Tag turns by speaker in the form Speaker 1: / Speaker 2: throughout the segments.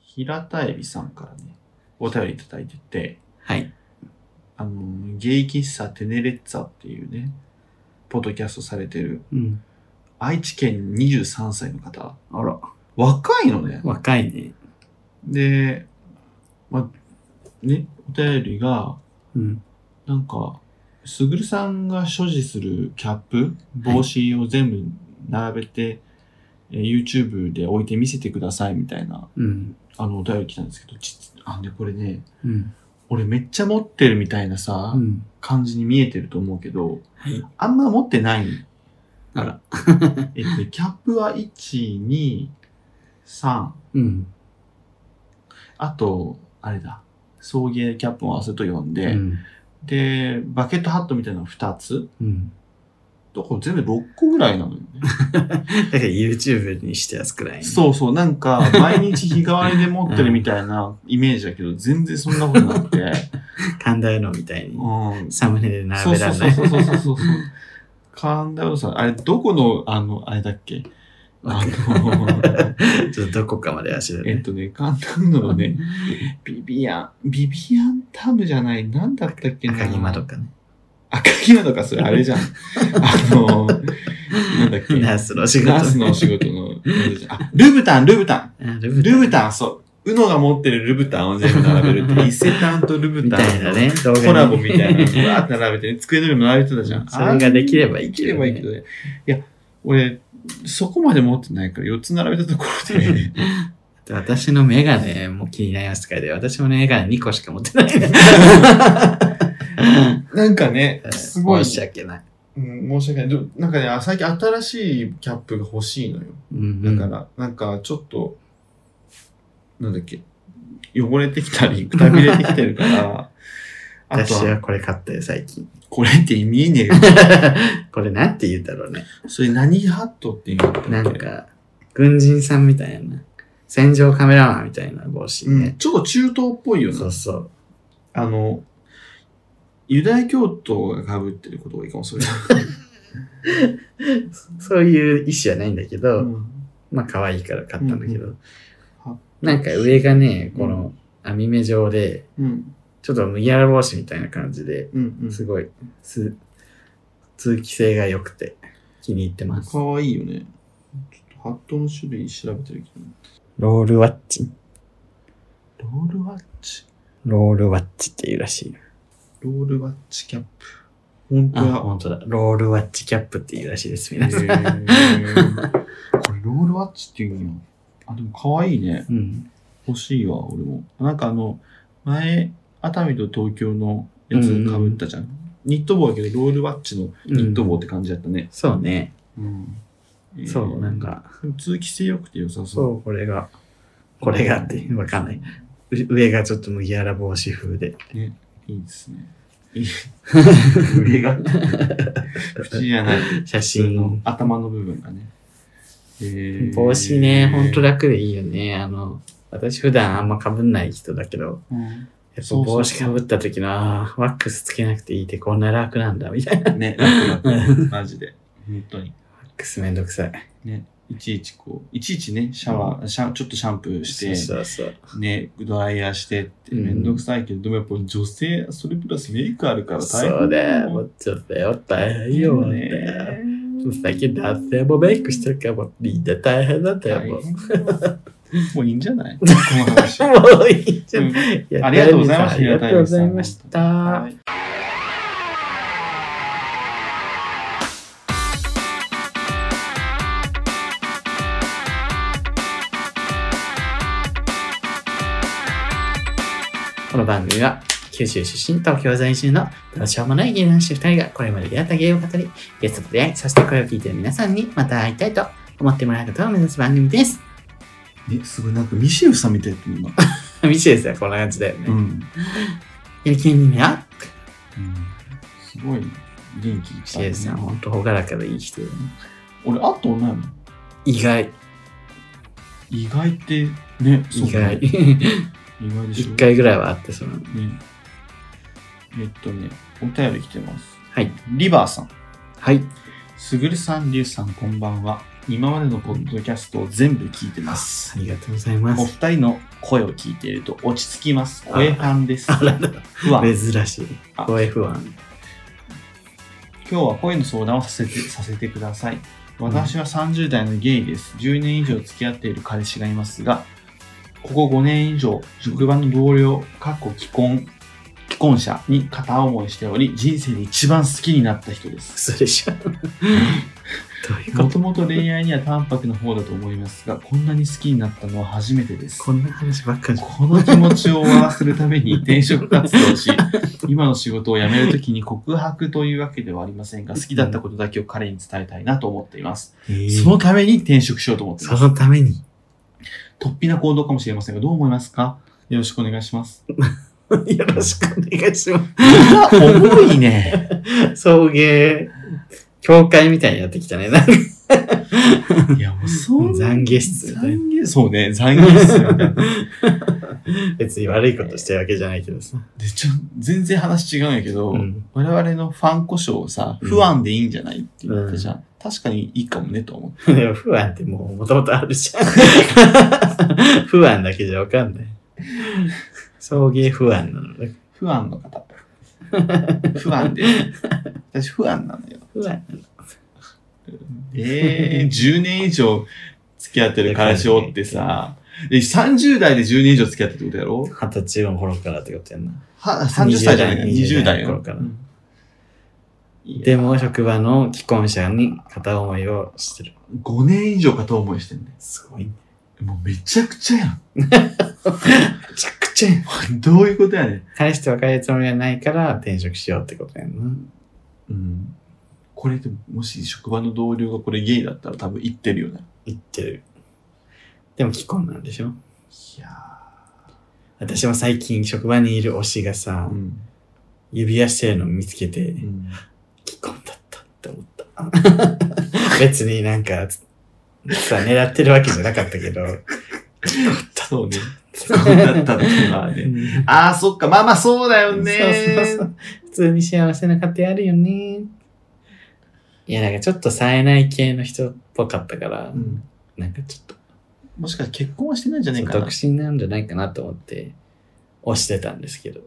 Speaker 1: 平田エビさんからね、お便りいただいてて、
Speaker 2: はい。
Speaker 1: あの、ゲイ喫茶テネレッツァっていうね、ポッドキャストされてる、
Speaker 2: うん。
Speaker 1: 愛知県23歳の方。
Speaker 2: あら、
Speaker 1: 若いのね。
Speaker 2: 若いね。
Speaker 1: で、まあ、ね、お便りが、
Speaker 2: うん。
Speaker 1: なんか、すぐるさんが所持するキャップ、帽子を全部並べて、えー YouTube で置いて見せてくださいみたいな、
Speaker 2: うん。
Speaker 1: あの、お便り来たんですけど、ちあ、で、これね、
Speaker 2: うん。
Speaker 1: 俺めっちゃ持ってるみたいなさ、
Speaker 2: うん。
Speaker 1: 感じに見えてると思うけど、
Speaker 2: はい。
Speaker 1: あんま持ってない。
Speaker 2: あら。
Speaker 1: えっとね、キャップは1、2、3、
Speaker 2: うん。
Speaker 1: あと、あれだ、送迎キャップを合わせと呼んで、
Speaker 2: うん。
Speaker 1: で、バケットハットみたいなの2つ、
Speaker 2: うん。
Speaker 1: とこれ全部6個ぐらいなのよね。
Speaker 2: だから YouTube にしてやつくらいね。
Speaker 1: そうそう、なんか、毎日日替わりで持ってるみたいなイメージだけど、全然そんなことなくて。
Speaker 2: 神田うのみたいに。
Speaker 1: うん。
Speaker 2: サムネで
Speaker 1: そ
Speaker 2: 並
Speaker 1: う
Speaker 2: べ
Speaker 1: そ
Speaker 2: ら
Speaker 1: う
Speaker 2: れ
Speaker 1: そ
Speaker 2: な
Speaker 1: う
Speaker 2: い。
Speaker 1: そうそうそう そう。神田うのさん、あれ、どこの、あの、あれだっけあの、
Speaker 2: ちょっとどこかまで足で
Speaker 1: えっ
Speaker 2: ね。
Speaker 1: とね、神田うののね、ビビアン、ビビアンタムじゃない、なんだったっけな。
Speaker 2: 赤木窓かね。
Speaker 1: 赤木窓か、それあれじゃ ん。あの、なんだっけ。
Speaker 2: ナースのお仕事。
Speaker 1: ナースのお仕事の。あ、ルブタン、ルブタン。
Speaker 2: あル
Speaker 1: ルブ
Speaker 2: ン
Speaker 1: タン、そう。うのが持ってるルブタンを全部並べる って、伊勢丹とルブ
Speaker 2: み
Speaker 1: タン
Speaker 2: たいな
Speaker 1: の
Speaker 2: ね。動画に
Speaker 1: コラボみたいなの をぶわーって並べて、ね、机の上に並べてたじゃん。
Speaker 2: それができればい
Speaker 1: で
Speaker 2: いけ
Speaker 1: き
Speaker 2: ど
Speaker 1: れ
Speaker 2: ね
Speaker 1: ばいいけどね。いや、俺、そこまで持ってないから、4つ並べたところで、
Speaker 2: で私のメガネも気になりますからで、私もね、メガネ2個しか持ってない。
Speaker 1: なんかね、すごい、
Speaker 2: 申し訳ない。
Speaker 1: うん申し訳ないでも。なんかね、あ最近新しいキャップが欲しいのよ。
Speaker 2: うん
Speaker 1: だか。ら、なんかちょっと、なんだっけ、汚れてきたり、くたびれてきてるから、あと
Speaker 2: 私
Speaker 1: は
Speaker 2: は、これ買ったよ、最近。
Speaker 1: これって意味 ねえよ。
Speaker 2: これなんて言うんだろうね。
Speaker 1: それ何ハットって言うんだっけ
Speaker 2: なんか、軍人さんみたいな。戦場カメラマンみたいな帽子
Speaker 1: うん、
Speaker 2: ね。
Speaker 1: ちょっと中東っぽいよ
Speaker 2: そ
Speaker 1: な
Speaker 2: う。そう。
Speaker 1: あの、ユダヤ教徒が被ってることがいいかもしれない。
Speaker 2: そういう意思はないんだけど、
Speaker 1: うん
Speaker 2: まあ可愛いから買ったんだけど、
Speaker 1: うんうん
Speaker 2: なんか上がね、この網目状で、
Speaker 1: うん、
Speaker 2: ちょっと麦わら帽子みたいな感じで、
Speaker 1: うん、うん。
Speaker 2: すごい、す通気性が良くて気に入ってます
Speaker 1: か。わいいよね。ちょっとハットの種類調べてるけど。
Speaker 2: ロールワッチ。
Speaker 1: ロールワッチ。
Speaker 2: ロールワッチっていうらしいよ。
Speaker 1: ロールワッチキャップ。本当
Speaker 2: あ、
Speaker 1: だ。
Speaker 2: 本当だ。ロールワッチキャップっていうらしいです、
Speaker 1: へ
Speaker 2: 皆さん。
Speaker 1: ーこれロールワッチっていうんや。あ、でも可愛いね。
Speaker 2: うん。
Speaker 1: 欲しいわ、俺も。なんかあの、前、熱海と東京のやつ被ったじゃん。ニット帽やけど、ロールワッチのニット帽って感じだったね。
Speaker 2: そうね。
Speaker 1: うん。えー
Speaker 2: そう、なん。か、
Speaker 1: でも通気性良くて良さそう。
Speaker 2: そう、これが、これがって、わかんない。う上がちょっと麦わら帽子風で。
Speaker 1: いいです ね。上が。口じゃない。
Speaker 2: 写
Speaker 1: 普通の
Speaker 2: 真。
Speaker 1: 頭の部分がね。えー
Speaker 2: 帽子ね、ほんと。楽でいいよね。あの、私普段あんま被んない人だけど、
Speaker 1: うん
Speaker 2: やっぱ
Speaker 1: そうそう
Speaker 2: 帽子被った時の、ああ、ワックスつけなくていいってこんな楽なんだ、みたいな。
Speaker 1: ね、楽々。 マジで。本当に。
Speaker 2: ワックスめんどくさい。
Speaker 1: いちいちこう、いちいちね、シャワー、シャちょっとシャンプーして、
Speaker 2: そうそうそう。
Speaker 1: ね、ドライヤーしてって、
Speaker 2: うん
Speaker 1: めんどくさいけど、でもやっぱ女性、それプラスメイクあるから大変
Speaker 2: そうだよ、も
Speaker 1: よ。
Speaker 2: うちょっとよ、大変よ、もうね。。最近男性もメイクしてるから、もうみんな大変なんだ
Speaker 1: 大
Speaker 2: よ、
Speaker 1: 変
Speaker 2: も
Speaker 1: よ
Speaker 2: う。
Speaker 1: もういいんじゃ ないこの話。
Speaker 2: もういいじゃん。いや
Speaker 1: ありがとうございました
Speaker 2: ありがとうございました。
Speaker 1: はい
Speaker 2: この番組は九州出身東京在住のどうしようもない芸男子2人がこれまで出会った芸を語りゲストと出会いそして声を聞いている皆さんにまた会いたいと思ってもらうことを目指す番組です
Speaker 1: え、すごい、なんかミシェルさんみたいだった今。
Speaker 2: ミシェルさんこんな感じだよね、
Speaker 1: うん。
Speaker 2: やる気にね
Speaker 1: すごい元気いっ
Speaker 2: ミシ
Speaker 1: ぱい
Speaker 2: ェ
Speaker 1: ね
Speaker 2: ルさんほんと朗らかでいい人だよね
Speaker 1: 俺、あとないの
Speaker 2: 意外
Speaker 1: 意外って、ね、そう
Speaker 2: 意
Speaker 1: だね
Speaker 2: 外
Speaker 1: 意外でしょ。
Speaker 2: 一回ぐらいはあってその
Speaker 1: ね。えっとね、お便り来てます。
Speaker 2: はい
Speaker 1: リバーさん。
Speaker 2: はい
Speaker 1: すぐるさん、りゅうさん、こんばんは。今までのポッドキャストを全部聞いてます。
Speaker 2: ありがとうございま
Speaker 1: お
Speaker 2: す。
Speaker 1: 二人の声を聞いていると落ち着きます。声ファンです。
Speaker 2: あらら、
Speaker 1: 不安。
Speaker 2: 珍しい。
Speaker 1: あ
Speaker 2: 声不安。
Speaker 1: 今日は声の相談をさせてさせてください。私は30代のゲイです。10年以上付き合っている彼氏がいますが、ここ5年以上、職場の同僚、かっこ既婚、既婚者に片思いしており、人生で一番好きになった人です。
Speaker 2: それじゃ。どういうこ
Speaker 1: も
Speaker 2: と
Speaker 1: ともと恋愛には淡白な方だと思いますが、こんなに好きになったのは初めてです。
Speaker 2: こんな話ばっかり。
Speaker 1: この気持ちを終わらせるために転職活動 をし、今の仕事を辞めるときに告白というわけではありませんが、好きだったことだけを彼に伝えたいなと思っています。そ
Speaker 2: そ
Speaker 1: のために転職しようと思っています。
Speaker 2: のために。
Speaker 1: 突飛な行動かもしれませんが、どう思いますかよろしくお願いします。
Speaker 2: よろしくお願いしま
Speaker 1: 重いね。
Speaker 2: す。送迎、教会みたいにやってきたね。なんか
Speaker 1: いや、もうそん
Speaker 2: 懺悔室
Speaker 1: 懺悔そうね、懺悔室みたいな。
Speaker 2: 別に悪いことしてるわけじゃないけどさ。
Speaker 1: で、ちょ、全然話違うんやけど、
Speaker 2: うん。
Speaker 1: 我々のファン故障をさ、
Speaker 2: うん
Speaker 1: 不安でいいんじゃないって言ったじゃん。確かにいいかもねと思う。
Speaker 2: でも不安ってもうもともとある じゃん。不安だけじゃわかんない。送迎不安なのね。
Speaker 1: 不安の方。不安で。私不安なの よ。
Speaker 2: 不安なの。
Speaker 1: ええ10年以上付き合ってる彼氏おって さ、え30代で10年以上付き合ってるってことやろ
Speaker 2: 二十歳の頃からってことやんな。
Speaker 1: は ?30 歳じゃない ?20 代
Speaker 2: 20代の
Speaker 1: よ
Speaker 2: 頃から。
Speaker 1: うんいや
Speaker 2: でも、職場の既婚者に片思いをしてる。
Speaker 1: 5年以上片思いしてんね。
Speaker 2: すごいね。
Speaker 1: もうめちゃくちゃや
Speaker 2: めちゃくちゃやん
Speaker 1: ん。 どういうことやねん。
Speaker 2: 彼氏と別れるつもりはないから転職しようってことやん
Speaker 1: うん。これでももし職場の同僚がこれゲイだったら多分言ってるよね。
Speaker 2: な。言ってる。でも既婚なんでしょ
Speaker 1: いや
Speaker 2: 私も最近職場にいる推しが
Speaker 1: ー
Speaker 2: さ、
Speaker 1: うん。
Speaker 2: 指輪してるのを見つけて、
Speaker 1: うん
Speaker 2: 既婚だったって思った。 別になんか、さ、狙ってるわけじゃなかったけど。
Speaker 1: そうね。既婚だったっていうのはね。ああ、そっか。まあまあ、そうだよね。
Speaker 2: そうそうそう。普通に幸せな家庭あるよね。いや、なんかちょっと冴えない系の人っぽかったから、
Speaker 1: うん
Speaker 2: なんかちょっと、
Speaker 1: もしかして結婚はしてないんじゃないか
Speaker 2: 独
Speaker 1: な。
Speaker 2: 身なんじゃないかなと思って、押してたんですけど。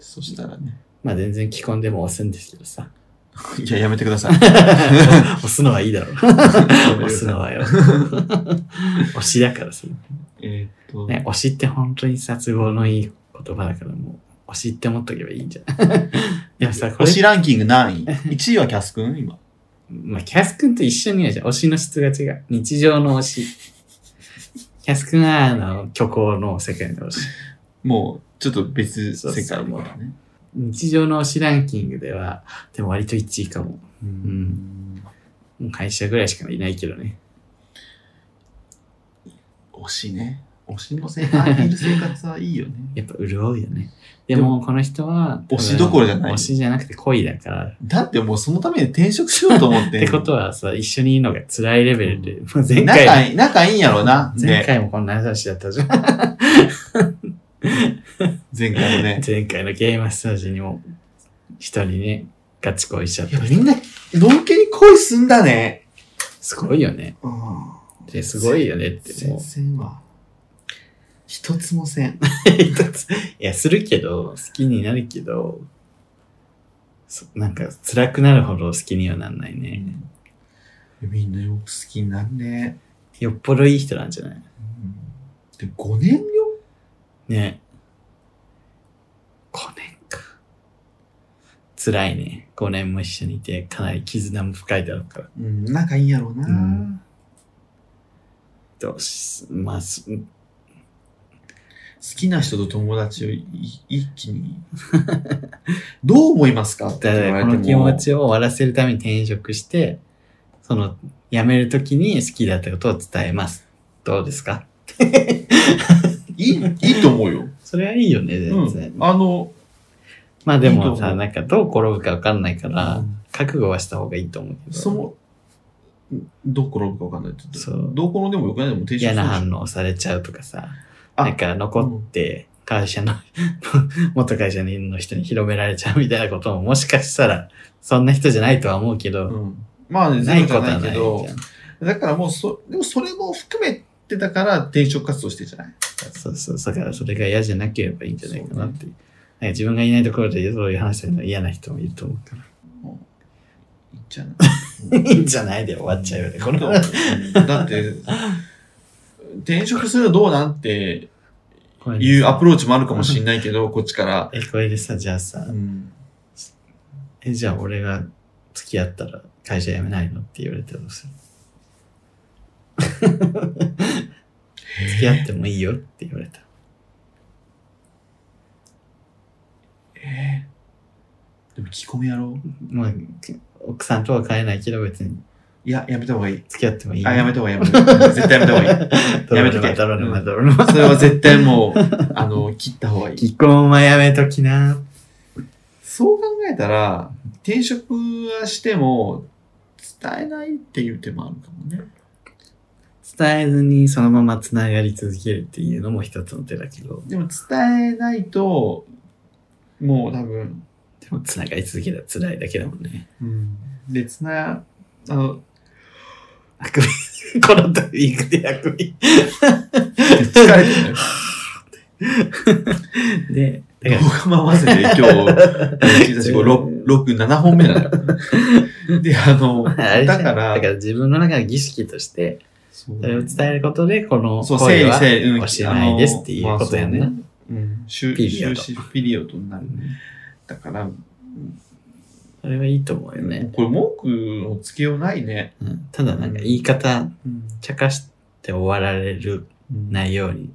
Speaker 1: そしたらね。
Speaker 2: まあ全然既婚でも押すんですけど さ。
Speaker 1: いや、やめてくださ い。
Speaker 2: 押すのはいいだろう。押すのは よ。押しだからさ。
Speaker 1: えーっと、
Speaker 2: ね、推しって本当に殺語のいい言葉だからもう、推しって思っとけばいいんじゃん。 でもさ、こ
Speaker 1: 推
Speaker 2: れ、
Speaker 1: しランキング何位 ?1 位はキャス君今。
Speaker 2: まあ、キャス君と一緒にはじゃん推しの質が違う。日常の推し。キャス君は、あの、虚構の世界の推し。
Speaker 1: もう、ちょっと別世界だからね。
Speaker 2: そうそう日常の推しランキングでは、でも割と1位かも。
Speaker 1: う
Speaker 2: もう会社ぐらいしかいないけどね。
Speaker 1: 推しね。推しの生活、いる生活はいいよね。
Speaker 2: やっぱ潤うよね。で
Speaker 1: でも
Speaker 2: も、この人は、
Speaker 1: 推しどころじゃない
Speaker 2: 推しじゃなくて恋だから、
Speaker 1: だってもうそのために転職しようと思 ってん
Speaker 2: っ
Speaker 1: の。
Speaker 2: てことはさ、一緒にいるのが辛いレベルで、もう前回も
Speaker 1: 仲いい、仲いいんやろうな。
Speaker 2: 前
Speaker 1: ね。
Speaker 2: 回もこんな話だっ たじゃん。
Speaker 1: 前回もね。
Speaker 2: 前回のゲーマッサージにも、一人ね、ガチ恋しちゃっ
Speaker 1: いや
Speaker 2: た。
Speaker 1: みんな、ロン毛に恋すんだね。
Speaker 2: すごいよね。
Speaker 1: うん。
Speaker 2: で、すごいよねって
Speaker 1: 全
Speaker 2: もう。
Speaker 1: 然 は。一つもせん。
Speaker 2: 一ついや、するけど、好きになるけど、そなんか辛くなるほど好きにはなんないね。
Speaker 1: みんなよく好きになんね。
Speaker 2: よっぽどいい人なんじゃない
Speaker 1: で、5年よ
Speaker 2: ね。5年か。辛いね。5年も一緒にいて、かなり絆も深いだろうから。
Speaker 1: うん、仲いいんやろうな。
Speaker 2: うんどうし、まあ、す
Speaker 1: 好きな人と友達をい一気に。 どう思いますかって
Speaker 2: だ
Speaker 1: 言わ
Speaker 2: から
Speaker 1: れ
Speaker 2: こ
Speaker 1: て
Speaker 2: の
Speaker 1: も。
Speaker 2: 気持ちを終わらせるために転職して、その、辞めるときに好きだったことを伝えます。どうですか
Speaker 1: いい、いいと思う よ。
Speaker 2: それはいいよね、
Speaker 1: う
Speaker 2: 全然。
Speaker 1: ん。あの、
Speaker 2: まあでも
Speaker 1: いいと
Speaker 2: さ、
Speaker 1: 思う
Speaker 2: なんかどう転ぶかわかんないから、
Speaker 1: うん
Speaker 2: 覚悟はした方がいいと思うけど。
Speaker 1: その、どこ転ぶかわかんないって言って
Speaker 2: そう
Speaker 1: どこ転んでもよくないでも停止
Speaker 2: 嫌な反応されちゃうとかさ、
Speaker 1: あ
Speaker 2: なんか残って、会社の、 元会社の人に広められちゃうみたいなことももしかしたら、そんな人じゃないとは思うけど、
Speaker 1: うん。まあね、
Speaker 2: な
Speaker 1: ゼ
Speaker 2: い
Speaker 1: ロ
Speaker 2: こ
Speaker 1: じ
Speaker 2: と
Speaker 1: ゃ
Speaker 2: は
Speaker 1: な
Speaker 2: ないい
Speaker 1: け
Speaker 2: じゃん
Speaker 1: ど、だからもうそ、でもそれも含めてだから転職活動してるじゃない
Speaker 2: そうそう、だからそれが嫌じゃなければいいんじゃないかなっていう。なんか自分がいないところでそういう話するのは嫌な人もいると思うから。
Speaker 1: もういいんじゃない
Speaker 2: いいんじゃないで終わっちゃうよね、この話。
Speaker 1: うんだって、転職するのどうなんていうアプローチもあるかもしれないけど、こっちから。
Speaker 2: え、これでさ、じゃあさ
Speaker 1: う、ん、
Speaker 2: え、じゃあ俺が付き合ったら会社辞めないのって言われてどうする 付き合ってもいいよって言われた。
Speaker 1: えーでも聞き込みやろう
Speaker 2: まあ、く奥さんとは帰えないけど別に
Speaker 1: いや、やめた方がいい。
Speaker 2: 付き合ってもいいよ。
Speaker 1: あ、やめた方がいい。やめた方がいい絶対やめ た方がいい。や
Speaker 2: や
Speaker 1: め
Speaker 2: め
Speaker 1: と
Speaker 2: と
Speaker 1: け
Speaker 2: け。ドロルマドロルマ。
Speaker 1: それは絶対もう、あの、切った方がいい。
Speaker 2: 既婚はやめときな。
Speaker 1: そう考えたら、転職はしても、伝えないっていう手もあるかもね。
Speaker 2: 伝えずにそのままつながり続けるっていうのも一つの手だけど、
Speaker 1: でも伝えないと、もう多分、
Speaker 2: でもつながり続けたら辛いだけだもんね。
Speaker 1: うん、で、つな、あの、
Speaker 2: あくび、 このタイミングであくび。
Speaker 1: 疲れてるよ。
Speaker 2: で、だから
Speaker 1: 動画も合わせて今日、1日5、6、7本目なの よ。で、あの、
Speaker 2: あれ
Speaker 1: だか
Speaker 2: だから
Speaker 1: ら、
Speaker 2: 自分の中の儀式として、
Speaker 1: そう
Speaker 2: それを伝えることで、この
Speaker 1: そう、
Speaker 2: 声
Speaker 1: 整理
Speaker 2: は
Speaker 1: 整理、
Speaker 2: おしまいですっていうことやん
Speaker 1: あ
Speaker 2: な
Speaker 1: の。まあそうねうん、終
Speaker 2: ピリオド
Speaker 1: 終止ピリオドになるね。だから、
Speaker 2: それはいいと思うよね。
Speaker 1: これ文句のつけようないね。
Speaker 2: うんただなんか言い方、
Speaker 1: うん
Speaker 2: ちゃかして終わられるないように、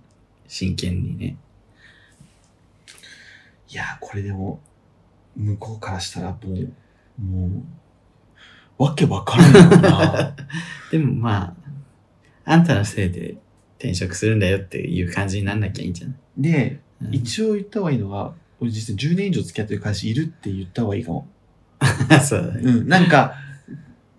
Speaker 2: 真剣にね。
Speaker 1: いやー、これでも、向こうからしたらもう、もう、わけわからんよ な。
Speaker 2: でもまあ、あんたのせいで転職するんだよっていう感じになんなきゃいいんじゃない、
Speaker 1: で、
Speaker 2: うん
Speaker 1: 一応言った方がいいのは、俺実は10年以上付き合ってる会社いるって言った方がいいかも。
Speaker 2: そうだね。
Speaker 1: うん、なんか、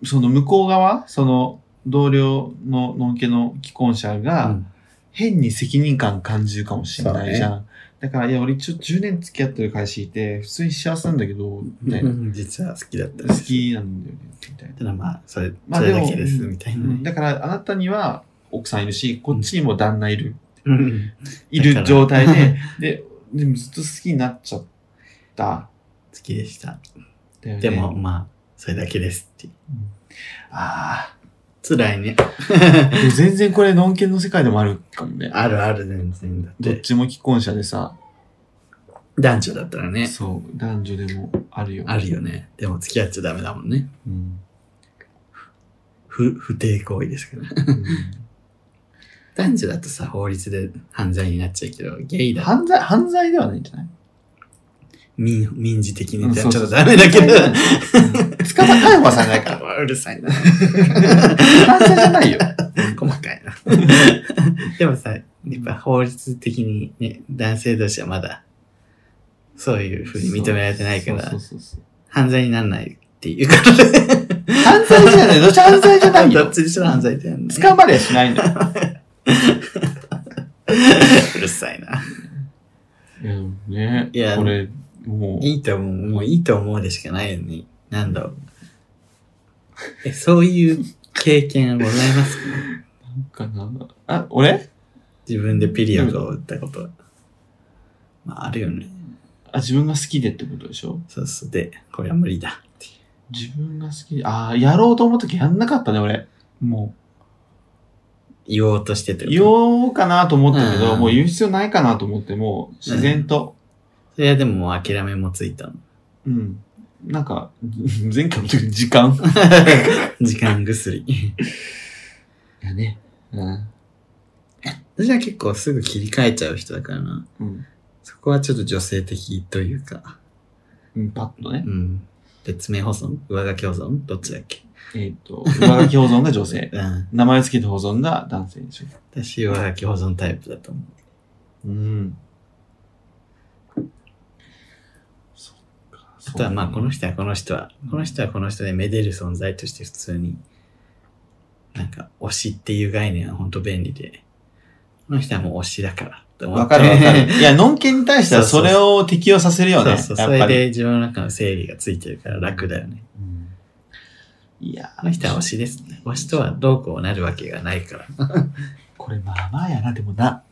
Speaker 1: その向こう側、その同僚の、のんけの既婚者が、
Speaker 2: うん
Speaker 1: 変に責任感感じるかもしれないじゃん。
Speaker 2: そ
Speaker 1: だから、いや、俺一応10年付き合ってる会社いて、普通に幸せなんだけど、みたいな。
Speaker 2: 実は好きだったんで
Speaker 1: 好
Speaker 2: す。
Speaker 1: きなんだよね、みたいな。
Speaker 2: ただまあ、それ、
Speaker 1: まあ
Speaker 2: それ
Speaker 1: で
Speaker 2: だ
Speaker 1: も
Speaker 2: けです、みたいな
Speaker 1: うん
Speaker 2: ね。
Speaker 1: だから、あなたには奥さんいるし、こっちにも旦那いる。
Speaker 2: うん
Speaker 1: いる
Speaker 2: だから
Speaker 1: 状態で、で、でもずっと好きになっちゃった。
Speaker 2: 好きでした。
Speaker 1: だよね
Speaker 2: でも、まあ、それだけですっていう。
Speaker 1: あ
Speaker 2: 辛いね。
Speaker 1: あ、でも全然これ、のんけの世界でもあるかもね。
Speaker 2: あるある全然だっ。
Speaker 1: どってちも既婚者でさ、
Speaker 2: 男女だったらね、
Speaker 1: そう、男女でもあるよ。
Speaker 2: あるよね。でも付き合っちゃダメだもんね。
Speaker 1: うん。
Speaker 2: 不、不定行為ですから。
Speaker 1: うん
Speaker 2: 男女だとさ、法律で犯罪になっちゃうけど、ゲイだと
Speaker 1: 犯罪、犯罪ではないんじゃない
Speaker 2: 民、民事的にじゃ
Speaker 1: う
Speaker 2: あ
Speaker 1: ん
Speaker 2: ち
Speaker 1: そうそ
Speaker 2: ょっ
Speaker 1: う
Speaker 2: とダメだけ ど、
Speaker 1: つかま逮捕はされないから。
Speaker 2: あ うる さいな。
Speaker 1: 犯罪じゃないよ。
Speaker 2: 細かいな。 でもさ、やっぱ法律的にね、男性同士はまだ、そういうふうに 認められてないから
Speaker 1: そう、そうそうそう
Speaker 2: 犯罪にならないっていうことで。
Speaker 1: 犯罪じゃない。どっち犯罪じゃ ない
Speaker 2: どっ
Speaker 1: よ。
Speaker 2: ちにしろ犯罪だよね。
Speaker 1: 捕まりはしないんだよ。
Speaker 2: うるさいな。
Speaker 1: ね
Speaker 2: いや
Speaker 1: これ、もう。
Speaker 2: いいと思う、もういいと思うでしかないよね。なんだろう。え、そういう経験はございます
Speaker 1: か
Speaker 2: か
Speaker 1: な。あ、俺
Speaker 2: 自分でピリオドを打ったことは。まあ、あるよね。
Speaker 1: あ、自分が好きでってことでしょ
Speaker 2: そうそう。で、これは無理だっていう。
Speaker 1: 自分が好きで。ああ、やろうと思った時やんなかったね、俺。も
Speaker 2: 言おうとしてて。
Speaker 1: う、言おうかなと思ったけど、
Speaker 2: うん
Speaker 1: もう言う必要ないかなと思って、もう自然と。
Speaker 2: それはでももう諦めもついたの。
Speaker 1: うん。なんか、 前回の時に時間。
Speaker 2: 時間 薬。
Speaker 1: やね。うん。
Speaker 2: 私は結構すぐ切り替えちゃう人だからな。
Speaker 1: うん
Speaker 2: そこはちょっと女性的というか。
Speaker 1: うん。パッとね
Speaker 2: う。ん。別名保存上書き保存どっちだっけ
Speaker 1: えっ、と、上書き保存が女 性。
Speaker 2: うん。
Speaker 1: 名前付けて保存が男性でしょ。
Speaker 2: 私上書き保存タイプだと思う。
Speaker 1: うん。そっか。
Speaker 2: あとはまあこの
Speaker 1: 人。
Speaker 2: 人はこの人は、この人はこの人でめでる存在として普通に、なんか推しっていう概念は本当便利で、この人はもう推しだからと思
Speaker 1: わ
Speaker 2: って。
Speaker 1: かるわ かる。いや、ノンケに対しては
Speaker 2: そ
Speaker 1: そう
Speaker 2: そう
Speaker 1: れを適用させるよね。
Speaker 2: そうそう、
Speaker 1: や
Speaker 2: そ
Speaker 1: っぱ
Speaker 2: れ
Speaker 1: り。
Speaker 2: で自分の中の整理がついてるから楽だよね。
Speaker 1: うんいや
Speaker 2: あの人は推しですね。推しとはどうこうなるわけがないから。
Speaker 1: これまあまあやな、でもな、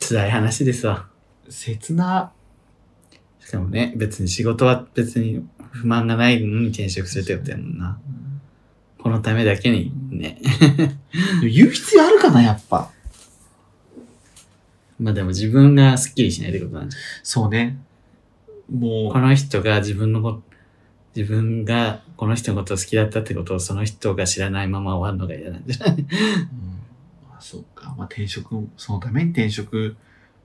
Speaker 2: 辛い話ですわ。
Speaker 1: 切な、
Speaker 2: しかもね、別に仕事は別に不満がないのに転職するってことやもんな。このためだけにね。
Speaker 1: 言う必要あるかな、やっぱ。
Speaker 2: まあでも自分がスッキリしないってことなんじゃ
Speaker 1: そうね。も
Speaker 2: この人が自分のこ自分がこの人のことを好きだったってことをその人が知らないまま終わるのが嫌なんじゃない
Speaker 1: う、うんまあ、そうか。まあ転職も、そのために転職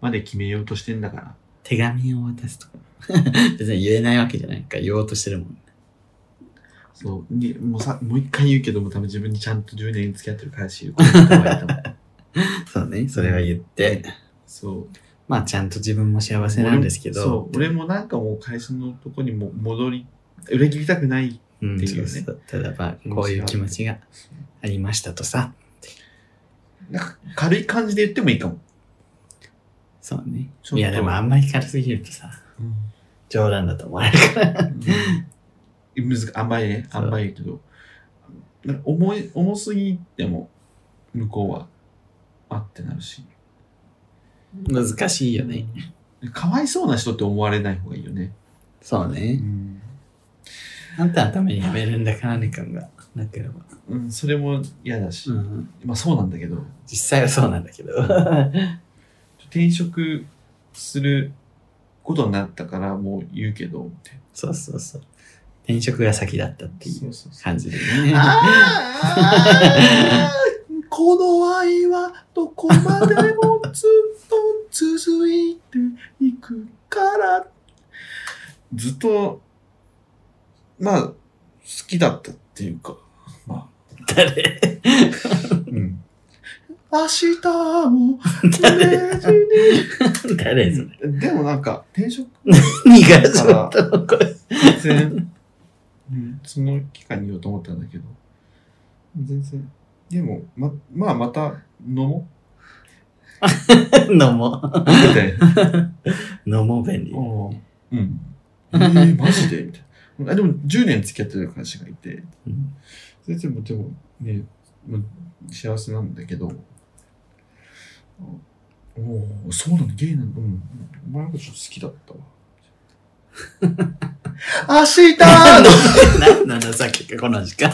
Speaker 1: まで決めようとしてんだから。
Speaker 2: 手紙を渡すとか。 別に言えないわけじゃないから言おうとしてるもん。
Speaker 1: そう。にもうさ、もう一回言うけども、多分自分にちゃんと10年付き合ってる彼 氏いるから言った方がいいと思う
Speaker 2: そうね。それは言って。
Speaker 1: そう。
Speaker 2: まあちゃんと自分も幸せなんですけど。
Speaker 1: そう。俺もなんかもう会社のとこにもう戻り、裏切りたくない。
Speaker 2: うん
Speaker 1: っていうね
Speaker 2: そうそうただまあ、こういう気持ちがありましたとさ。
Speaker 1: なんか軽い感じで言ってもいいかも。
Speaker 2: そうね
Speaker 1: ちょっ。と
Speaker 2: いや、でもあんまり軽すぎるとさ、冗談だと思われるから。
Speaker 1: うん、むずか甘いね
Speaker 2: そう
Speaker 1: 甘いけどなんか重い重すぎても向こうはあってなるし
Speaker 2: 難しいよね。
Speaker 1: かわいそうな人って思われない方がいいよね、
Speaker 2: そう
Speaker 1: う
Speaker 2: ね。
Speaker 1: ん
Speaker 2: あんたのためにやめるんだから、ね感がなければ。
Speaker 1: それも嫌だし、
Speaker 2: うん。
Speaker 1: まあそうなんだけど
Speaker 2: 実際はそうなんだけど。
Speaker 1: 転職することになったからもう言うけど
Speaker 2: そうそうそう。転職が先だったっていう
Speaker 1: そうそう
Speaker 2: 感じでね。
Speaker 1: あー この愛はどこまでもずっと続いていくから。ずっと、まあ、好きだったっていうか、ま
Speaker 2: 誰
Speaker 1: あ、うん。明日も0時
Speaker 2: 誰それ。
Speaker 1: に。でもなんか、転職
Speaker 2: 何がちょっとこれ。
Speaker 1: 全然、 うん、その期間に言おうと思ったんだけど、全然。でも、ま、まあ、また飲も
Speaker 2: 飲もう。
Speaker 1: う。みたい な。
Speaker 2: 飲もう便利。
Speaker 1: おうん。えー、マジでみたいな。あでも、10年付き合ってる彼氏がいて、
Speaker 2: うん
Speaker 1: 全然もう、でも、ね、もう幸せなんだけど、おおーそうなの、ゲイなの、うん。お前のことちょっと好きだ ったわ。明日の
Speaker 2: 何なんださっきかこの時間。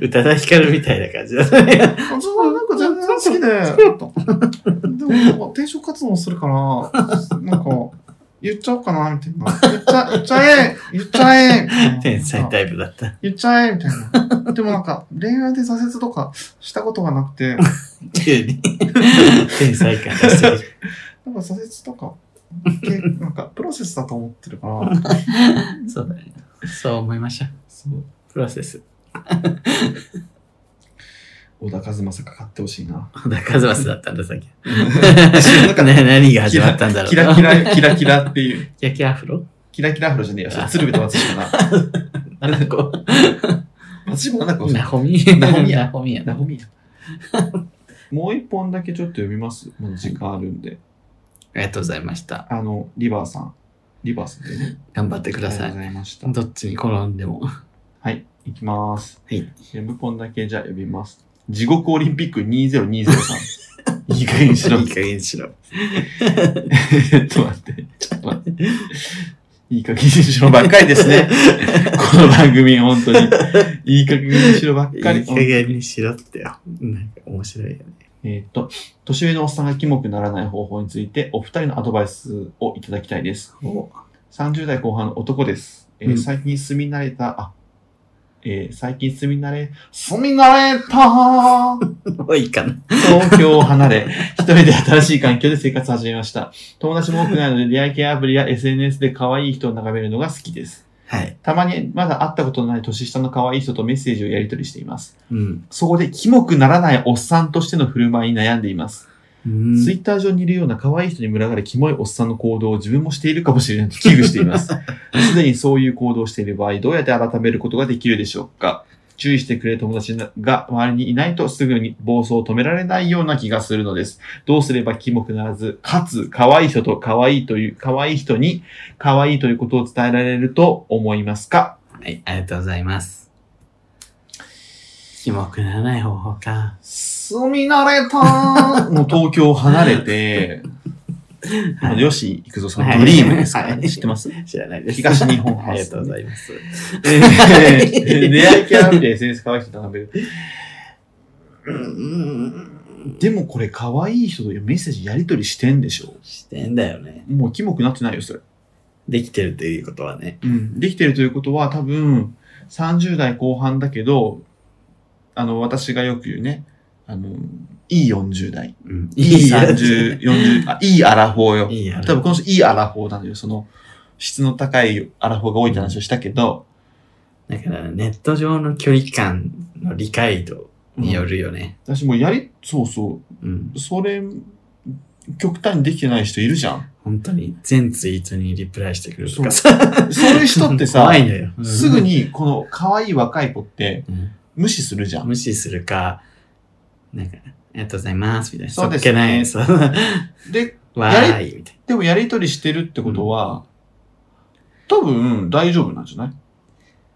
Speaker 2: 宇多田ヒカルみたいな感じだね。
Speaker 1: あそうなんか全然好きで。でもなんか転職活動するから、なんか、言っちゃおうかな、みたいな。言っちゃ、言っちゃえ言っちゃえみたいな
Speaker 2: 天才タイプだった。
Speaker 1: 言っちゃえみたいな。でもなんか、恋愛で挫折とかしたことがなくて、
Speaker 2: 急に。天才感出してる。
Speaker 1: なんか挫折とか、けなんか、プロセスだと思ってるから、
Speaker 2: そうだね。そう思いました。
Speaker 1: そう。
Speaker 2: プロセス。
Speaker 1: 小田和正かかってほしいな。
Speaker 2: 小田和正だったんだ、さっき。
Speaker 1: なんか
Speaker 2: ね、何が始まったんだろう。
Speaker 1: キラキ。ラ、キラキラっていう。
Speaker 2: キラキラアフロ
Speaker 1: キラキラアフロじゃねえよ。それ鶴瓶と松島な。
Speaker 2: 七子。
Speaker 1: 松島なんか
Speaker 2: ナホミ。
Speaker 1: ナホミや
Speaker 2: ナホミや。
Speaker 1: ナホミや。 もう一本だけちょっと読みます。まだ時間あるんで。
Speaker 2: ありがとうございました。
Speaker 1: あの、リバーさん。リバーさんでね。
Speaker 2: 頑張ってくだ
Speaker 1: あ
Speaker 2: さ
Speaker 1: りがとう
Speaker 2: い。
Speaker 1: ございました。
Speaker 2: どっちに転んでも。
Speaker 1: はい、いきます。
Speaker 2: はい。
Speaker 1: 読む本だけじゃあ呼びます。地獄オリンピック20203。いい 加減にしろ
Speaker 2: いい。加減にしろ。
Speaker 1: えっと待って。 ちょっと待って。いい加減にしろばっかりです ね。この番組、本当に。いい加減にしろばっ
Speaker 2: いい
Speaker 1: か
Speaker 2: 加
Speaker 1: り。
Speaker 2: 減にしろってよ。なんか面白いよね。
Speaker 1: えーっと、年上のおっさんがキモくならない方法について、お二人のアドバイスをいただきたいです。30代後半の男です。えー
Speaker 2: うん
Speaker 1: 最近住み慣れた、あ、えー最近住み慣れ、住み慣れた
Speaker 2: おいいかな。
Speaker 1: 東京を離れ、 一人で新しい環境で生活を始めました。友達も多くないので、出会い系アプリや SNS で可愛い人を眺めるのが好きです。
Speaker 2: はい。
Speaker 1: たまにまだ会ったことのない年下の可愛い人とメッセージをやり取りしています。
Speaker 2: うん。
Speaker 1: そこで、キモくならないおっさんとしての振る舞いに悩んでいます。ツイッター上にいるような可愛い人に群がるキモいおっさんの行動を自分もしているかもしれないと危惧してい ます。すでにそういう行動をしている場合、どうやって改めることができるでしょうか注意してくれる友達が周りにいないとすぐに暴走を止められないような気がするのです。どうすればキモくならず、かつ可愛い人 と可愛いという、可愛い人に可愛いということを伝えられると思いますか
Speaker 2: はい、ありがとうございます。キモくならない方法か。
Speaker 1: 住み慣れたもう東京を離れて、
Speaker 2: はい
Speaker 1: 吉幾三さん
Speaker 2: は
Speaker 1: のド
Speaker 2: い
Speaker 1: リームですか
Speaker 2: は
Speaker 1: ら、
Speaker 2: い
Speaker 1: 知ってます
Speaker 2: 知らないです。
Speaker 1: 東日本
Speaker 2: ありがとうございます。
Speaker 1: 出会い系アプリ SNS 可愛い人と並べる。でもこれ可愛い人とメッセージやり取りしてんでしょ
Speaker 2: してんだよね。
Speaker 1: もうキモくなってないよ、それ。
Speaker 2: できてるということはね。
Speaker 1: うん、できてるということは多分30代後半だけどあの私がよく言うねあのいい40代
Speaker 2: うん。
Speaker 1: いい30 40あいいアラフォーよ
Speaker 2: いいアラフォー
Speaker 1: 多分この人いいアラフォーなんだよその質の高いアラフォーが多いって話をしたけど、
Speaker 2: だから、ネット上の距離感の理解度によるよね。
Speaker 1: 私もうやりそうそ
Speaker 2: うん
Speaker 1: う。それ極端にできてない人いるじゃん
Speaker 2: 本当に、全ツイートにリプライしてくるとか
Speaker 1: そ
Speaker 2: さ。
Speaker 1: そういう人ってさ
Speaker 2: 怖いんだよ。うん
Speaker 1: すぐ、にこの可愛い若い子って
Speaker 2: うん
Speaker 1: 無視するじゃん
Speaker 2: 無視するか、なんか、ありがとうございます、みたいな。
Speaker 1: そう
Speaker 2: そ
Speaker 1: で
Speaker 2: っ
Speaker 1: す
Speaker 2: けな
Speaker 1: ね
Speaker 2: い。そう。わ
Speaker 1: で
Speaker 2: ーい、みたい
Speaker 1: でもやりとりしてるってことは、多分大丈夫なんじゃない
Speaker 2: な。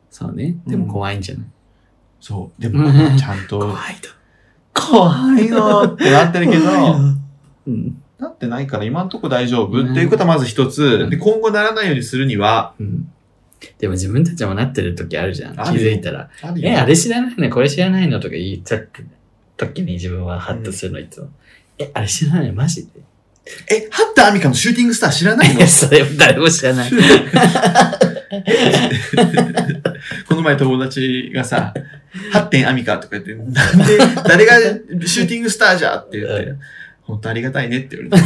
Speaker 2: そうね。でも怖いんじゃない
Speaker 1: そう。でも
Speaker 2: うん、
Speaker 1: ちゃんと、
Speaker 2: 怖いと。
Speaker 1: 怖いのってなってるけ
Speaker 2: 怖い
Speaker 1: ど、
Speaker 2: のうん。
Speaker 1: なってないから今んとこ大丈夫、
Speaker 2: うん
Speaker 1: っていうことはまず一
Speaker 2: う
Speaker 1: つ
Speaker 2: ん。
Speaker 1: で、今後ならないようにするには、
Speaker 2: うん。でも自分たちもなってる時あるじゃん。気
Speaker 1: あるよ
Speaker 2: づいたら。
Speaker 1: あるよ
Speaker 2: え、あれ知らないのこれ知らないのとか言っちゃって、時に自分はハッとするのいつも。え、あれ知らないのマジで
Speaker 1: え、ハッターアミカのシューティングスター知らない
Speaker 2: い
Speaker 1: の
Speaker 2: や、それ誰も知らない。
Speaker 1: この前友達がさ、ハッテンアミカとか言って、なんで、誰がシューティングスターじゃって言って
Speaker 2: うん、
Speaker 1: 本当ありがたいねって言われ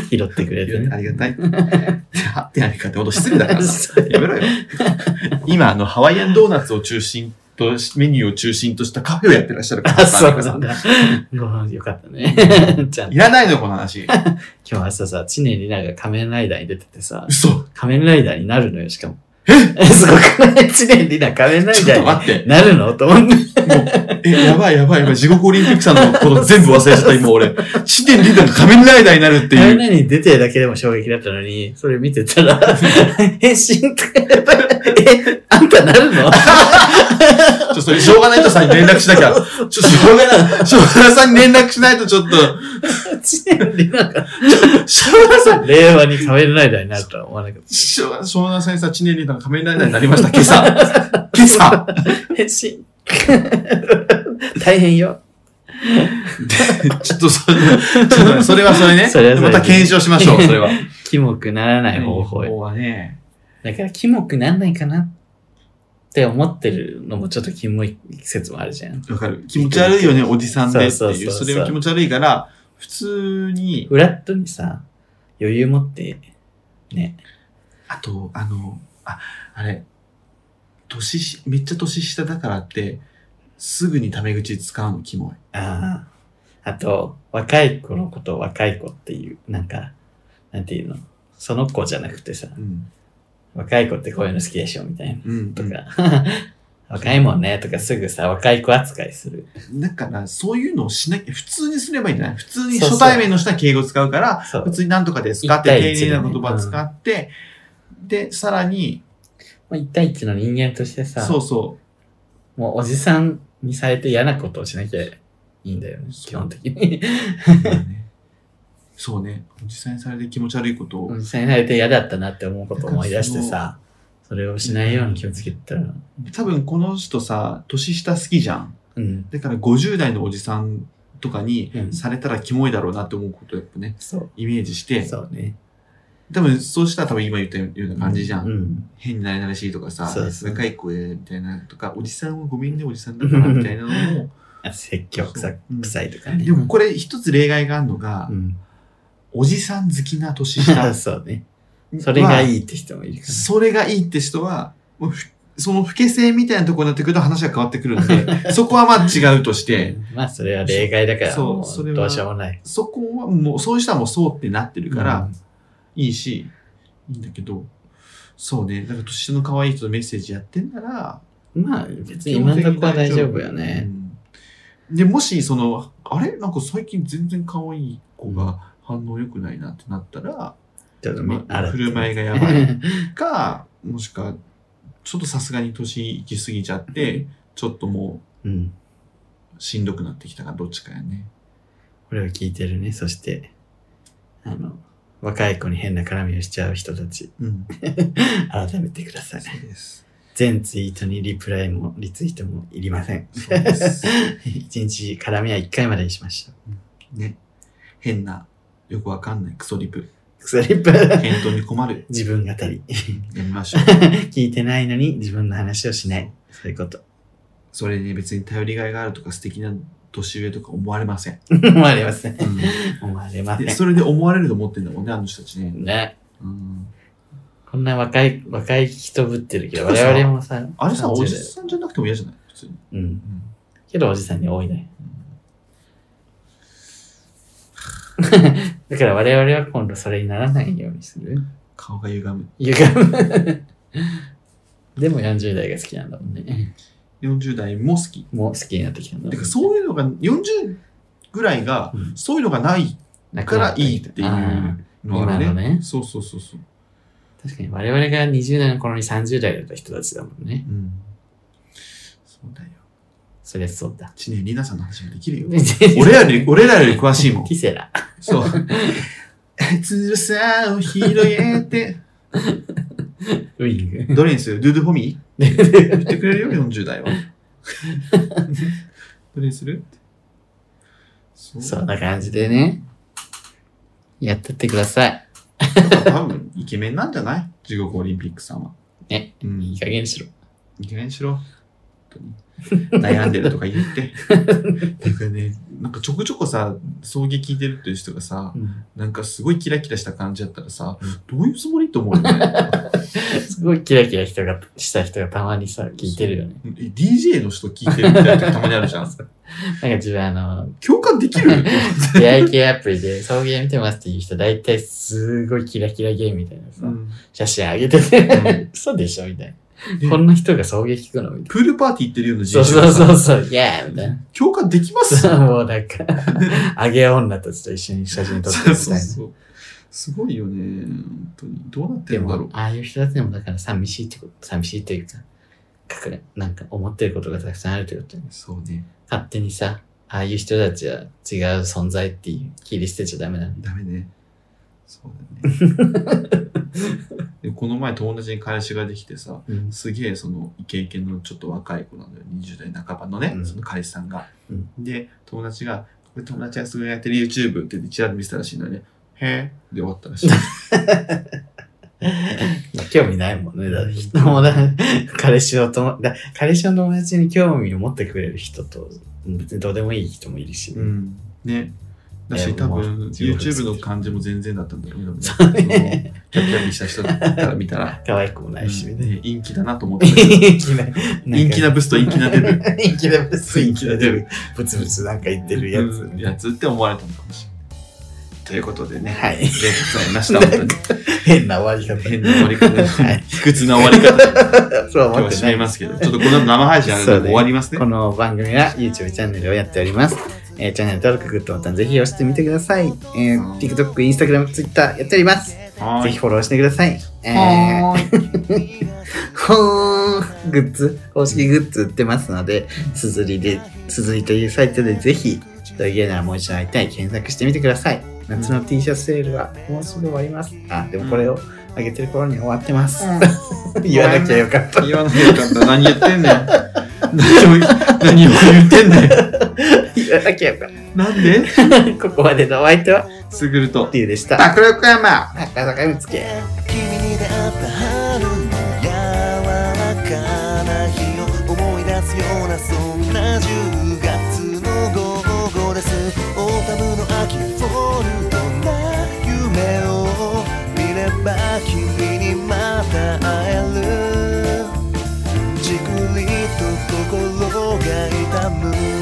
Speaker 1: て、
Speaker 2: 拾ってくれて
Speaker 1: あ
Speaker 2: ね。
Speaker 1: りがたい。ハッテンアミカってほど失礼だからさ。
Speaker 2: そう
Speaker 1: やめろよ。今、あの、ハワイアンドーナツを中心とし、メニューを中心としたカフェをやってらっしゃるから。
Speaker 2: あ、 そう
Speaker 1: さ
Speaker 2: なんだ。ご飯よかった ね。ちゃんと
Speaker 1: いらないのよ、この話。
Speaker 2: 今日朝さ、知念里奈が仮面ライダーに出ててさ、
Speaker 1: 嘘。
Speaker 2: 仮面ライダーになるのよ、しかも。 えすごくない知念里奈仮面ライ
Speaker 1: ちょっ
Speaker 2: ダ
Speaker 1: と
Speaker 2: ー
Speaker 1: 待って
Speaker 2: に。なるのと思 って。
Speaker 1: もう、え、やばいやばいやばい。地獄オリンピックさんのこと全部忘れちゃった、今俺。地点リーダーが仮面ライダーになるって
Speaker 2: 仮面
Speaker 1: い
Speaker 2: ラ
Speaker 1: う。
Speaker 2: イダーに出てるだけでも衝撃だったのに、それ見てたら、 変身とか、え、あんたなる の
Speaker 1: ちょっとそれ、しょうがないとさんに連絡しなきゃ。ちょっとしょうがない、しょうがないさんに連絡しないとちょっと、
Speaker 2: 知念里奈が
Speaker 1: しょうがないさん、
Speaker 2: 令和に仮面ライダーになるとは思わなかっ
Speaker 1: しょうがないしょうがないさんにさ、地点リーダーが仮面ライダーになりました、今朝。今朝。
Speaker 2: た。変身。 大変よ。
Speaker 1: ちょっとそれ、ちょっとねそれはそれね。
Speaker 2: それはそれ
Speaker 1: ま
Speaker 2: で
Speaker 1: た検証しましょう、それは。
Speaker 2: キモくならない方法よ。
Speaker 1: はね。
Speaker 2: だから、キモくならないかなって思ってるのもちょっとキモい説もあるじゃん。
Speaker 1: わかる。気持ち悪いよね、おじさんでっていう。
Speaker 2: そ
Speaker 1: そう
Speaker 2: そうそうそう
Speaker 1: れは気持ち悪いから、普通に、
Speaker 2: フラットにさ、余裕持って、ね。
Speaker 1: あと、あの、あ、あれ、年し、めっちゃ年下だからって、すぐにタメ口使うのキモい。
Speaker 2: ああ。あと、若い子のことを若い子っていう、なんか、なんていうのその子じゃなくてさ、
Speaker 1: うん。
Speaker 2: 若い子ってこういうの好きでしょみたいな。
Speaker 1: うん。
Speaker 2: とか、若いもんねとかすぐさ、若い子扱いする。
Speaker 1: だから、そういうのをしなきゃ、普通にすればいいんじゃない普通に
Speaker 2: そうそ
Speaker 1: 初
Speaker 2: う
Speaker 1: 対面の人は敬語使うから、
Speaker 2: そ
Speaker 1: 普
Speaker 2: う。
Speaker 1: 通になんとかですかって
Speaker 2: 一対一
Speaker 1: 丁寧
Speaker 2: で
Speaker 1: な
Speaker 2: ね
Speaker 1: 言葉使って、で、さらに、
Speaker 2: まあ、一対一の人間としてさ、
Speaker 1: そうそう。
Speaker 2: もうおじさんにされて嫌なことをしなきゃいいんだよね、
Speaker 1: そう
Speaker 2: 基本的に。
Speaker 1: そうね。実際にされて気持ち悪いことを。
Speaker 2: おじさんにされて嫌だったなって思うことを思い出して
Speaker 1: だか
Speaker 2: さ、それをしないように気をつけたら、
Speaker 1: 多分この人さ、年下好きじゃん。
Speaker 2: うん、
Speaker 1: だから50代のおじさんとかに
Speaker 2: うん
Speaker 1: されたらキモいだろうなって思うことをやっぱね、
Speaker 2: そう。
Speaker 1: イメージして、
Speaker 2: そうね。
Speaker 1: 多分そうしたら多分今言ったような感じじゃん。
Speaker 2: うん。
Speaker 1: 変になれなれしいとかさ、
Speaker 2: そうそう
Speaker 1: 若い声みたいなとか、おじさんはごめんね、おじさんだからみたいなの も。
Speaker 2: あ説教臭く
Speaker 1: うん
Speaker 2: 臭いとかね。
Speaker 1: でもこれ一つ例外があるのが、
Speaker 2: うん。
Speaker 1: おじさん好きな年下。
Speaker 2: そうね。 それが
Speaker 1: い。
Speaker 2: いいって人もいるか
Speaker 1: それがいいって人は、もうふその不潔性みたいなところになってくると話が変わってくるんで、 そこはまあ違うとし
Speaker 2: ら。
Speaker 1: て、
Speaker 2: うんまあ、それは例外だから、
Speaker 1: そう
Speaker 2: も
Speaker 1: そうれは
Speaker 2: どうしようもない。
Speaker 1: そこはもう、そういう人はもうそうってなってるから、
Speaker 2: うん、
Speaker 1: いいし、いいんだけど、そうね、だから年下の可愛い人とメッセージやってんなら、
Speaker 2: まあ、別に今のとこは大丈夫よね。
Speaker 1: うん。で、もし、その、あれなんか最近全然可愛い子が反応良くないなってなったら、
Speaker 2: ちょっと
Speaker 1: まあ振る舞いがやば
Speaker 2: ば
Speaker 1: い
Speaker 2: い。
Speaker 1: か、もしくはちょっとさすがに年いきすぎちゃって、ちょっとも
Speaker 2: うん。
Speaker 1: うしんどくなってきたかどっちかやね。
Speaker 2: これを聞いてるね。そして、あの、若い子に変な絡みをしちゃう人たち、
Speaker 1: うん。
Speaker 2: 改めてください。
Speaker 1: そうです。
Speaker 2: 全ツイートにリプライもリツイートもいりま せん。
Speaker 1: そうです。
Speaker 2: 一日絡みは一回までにしました。
Speaker 1: ね。変な、よくわかんないクソリプ。
Speaker 2: それプ
Speaker 1: 返答に困る。
Speaker 2: 自分語り。
Speaker 1: やめましょう。
Speaker 2: 聞いてないのに自分の話をしない。そういうこと。
Speaker 1: それに別に頼りがいがあるとか素敵な年上とか思われません。
Speaker 2: 思われ ません。
Speaker 1: うん
Speaker 2: 思われませ
Speaker 1: で
Speaker 2: ん。
Speaker 1: それで思われると思ってんだもんね、あの人たちね。
Speaker 2: ね。
Speaker 1: うん、
Speaker 2: こんな若い、若い人ぶってるけど、
Speaker 1: てかさ
Speaker 2: 我々もさ、
Speaker 1: あれさ、
Speaker 2: 30
Speaker 1: お
Speaker 2: 代
Speaker 1: じさんじゃなくても嫌じゃない普通に。
Speaker 2: うん。
Speaker 1: うん
Speaker 2: けどおじさんに多いね。 だから我々は今度それにならないようにする。
Speaker 1: 顔が歪む。
Speaker 2: 歪む。でも40代が好きなんだもんね。
Speaker 1: 40代も好き。
Speaker 2: もう好きになってきたんだもん
Speaker 1: てか、そういうのが、40ぐらいが、
Speaker 2: うん
Speaker 1: そういうのがない
Speaker 2: だ
Speaker 1: からいいってい
Speaker 2: あー
Speaker 1: うのが
Speaker 2: 今のね
Speaker 1: そうそうそうそう。
Speaker 2: 確かに我々が20代の頃に30代だった人たちだもんね。
Speaker 1: うん。そうだよ。
Speaker 2: そりゃそうだ。
Speaker 1: 知念里奈さんの話もできる よ。俺らより、俺らより詳しいもん
Speaker 2: テ。ィセラ。
Speaker 1: そう。 翼を広げて。
Speaker 2: ウィング。
Speaker 1: どれにす るドゥドゥホミ言ってくれるよ、40代は。どれにするそ
Speaker 2: そんな感じでね。やってってください。
Speaker 1: 多分、イケメンなんじゃない中国オリンピックさんは。
Speaker 2: ね。
Speaker 1: うん。
Speaker 2: いい
Speaker 1: イ
Speaker 2: 加減にしろ。
Speaker 1: ケメンにしろ。本当に悩んでるとか言って。なんかね、なんかちょくちょこさ、送迎聞いてるっていう人がさ、なんかすごいキラキラした感じだったらさ、どういうつもりと思うよね。
Speaker 2: すごいキラキラ人がした人がたまにさ、聞いてるよね。
Speaker 1: え DJ の人聞いてるみたいな時たまにあるじゃ ん。
Speaker 2: なんか自分あの、
Speaker 1: 共感できる
Speaker 2: 出会い系アプリで送迎見てますっていう人、大体すごいキラキラゲームみたいなさ、
Speaker 1: うん
Speaker 2: 写真あげてて、
Speaker 1: う
Speaker 2: 嘘でしょみたい
Speaker 1: え
Speaker 2: な。 こんな人が送迎聞くのみたいな。
Speaker 1: プールパーティー行ってるような
Speaker 2: そうそうそうそう、イエーみたいな。
Speaker 1: 共感できます
Speaker 2: そう、もうなんか、あげ女たちと一緒に写真撮って
Speaker 1: そう
Speaker 2: みた
Speaker 1: そう
Speaker 2: いな。
Speaker 1: そう。すごいよね。本当に。どうなって
Speaker 2: で
Speaker 1: るんだろう、。
Speaker 2: もああいう人たちでもだから寂しいってこと、寂しいというか、隠れ、なんか思ってることがたくさんあるということに、
Speaker 1: そうね。
Speaker 2: 勝手にさ、ああいう人たちは違う存在っていう、切り捨てちゃダメなの。
Speaker 1: ダメね。そう だね。でこの前友達に彼氏ができてさ、
Speaker 2: うん。
Speaker 1: すげえそのイケイケのちょっと若い子なんだよ。20代半ばのね、
Speaker 2: うん
Speaker 1: その彼氏さんが。
Speaker 2: うん
Speaker 1: で、友達が、これ友達がすごいやってる YouTube って言ってチラッと見せたらしいんだよね。へえ。で終わったらしい。
Speaker 2: 興味ないもんね。だって友達、彼氏の友だ彼氏の友達に興味を持ってくれる人と、別にどうでもいい人もいるし、ね
Speaker 1: うん。ね。だし、
Speaker 2: えー
Speaker 1: 多
Speaker 2: もう
Speaker 1: 分
Speaker 2: 十分です
Speaker 1: YouTube の感じも全然だったんだろうね。多分ねそのキャピキャピした人から見た ら。
Speaker 2: 可愛くもないし、みたいな。
Speaker 1: ね陰気だなと思って。
Speaker 2: 陰気な、
Speaker 1: 陰気なブスと陰気な デブ。
Speaker 2: 陰気なブス、陰気なデブ
Speaker 1: ブ、
Speaker 2: ブツブツなんか言ってるやつ。
Speaker 1: うん やつって思われたのかもしれない。ということでね、
Speaker 2: はい
Speaker 1: 全然ありま した、本当に。
Speaker 2: 変な終わり方。
Speaker 1: 変な終わり方、
Speaker 2: はい
Speaker 1: 卑屈な終わり方、今
Speaker 2: そ
Speaker 1: 日
Speaker 2: う思
Speaker 1: は
Speaker 2: って
Speaker 1: 締
Speaker 2: な
Speaker 1: め
Speaker 2: い。
Speaker 1: ますけど、ちょっとこの後生配信あるので、もう終わりますね
Speaker 2: こ。の番組は YouTube チャンネルをやっております。えーチャンネル登録、グッドボタンぜひ押してみてください。えー TikTok、Instagram、Twitter やっております。
Speaker 1: は
Speaker 2: ぜ
Speaker 1: ー
Speaker 2: ひ
Speaker 1: い。
Speaker 2: フォローしてください。えー
Speaker 1: はーい
Speaker 2: ほーんグッズ公式グッズ売ってますので、すずりで、すずりというサイトでぜひ、と家ならもう一度会いたい、検索してみてください。夏の T シャツセールはもうすぐ終わります。あ、でもこれを上げてる頃には終わってます。 言わなきゃよかった。
Speaker 1: 言わなきゃよかった。何言ってんねん。何を、何を言ってんねん。
Speaker 2: 言わなきゃよかっ
Speaker 1: なんで
Speaker 2: た。ここまでのお相手は、
Speaker 1: すぐると。
Speaker 2: リュウでした。
Speaker 1: 爆力山
Speaker 2: 高坂みつけ。
Speaker 3: 君に出会った春の柔らかな日を思い出すようなそんな10月の午後ですオータムの秋フォルトな夢を見れば君にまた会えるじくりと心が痛む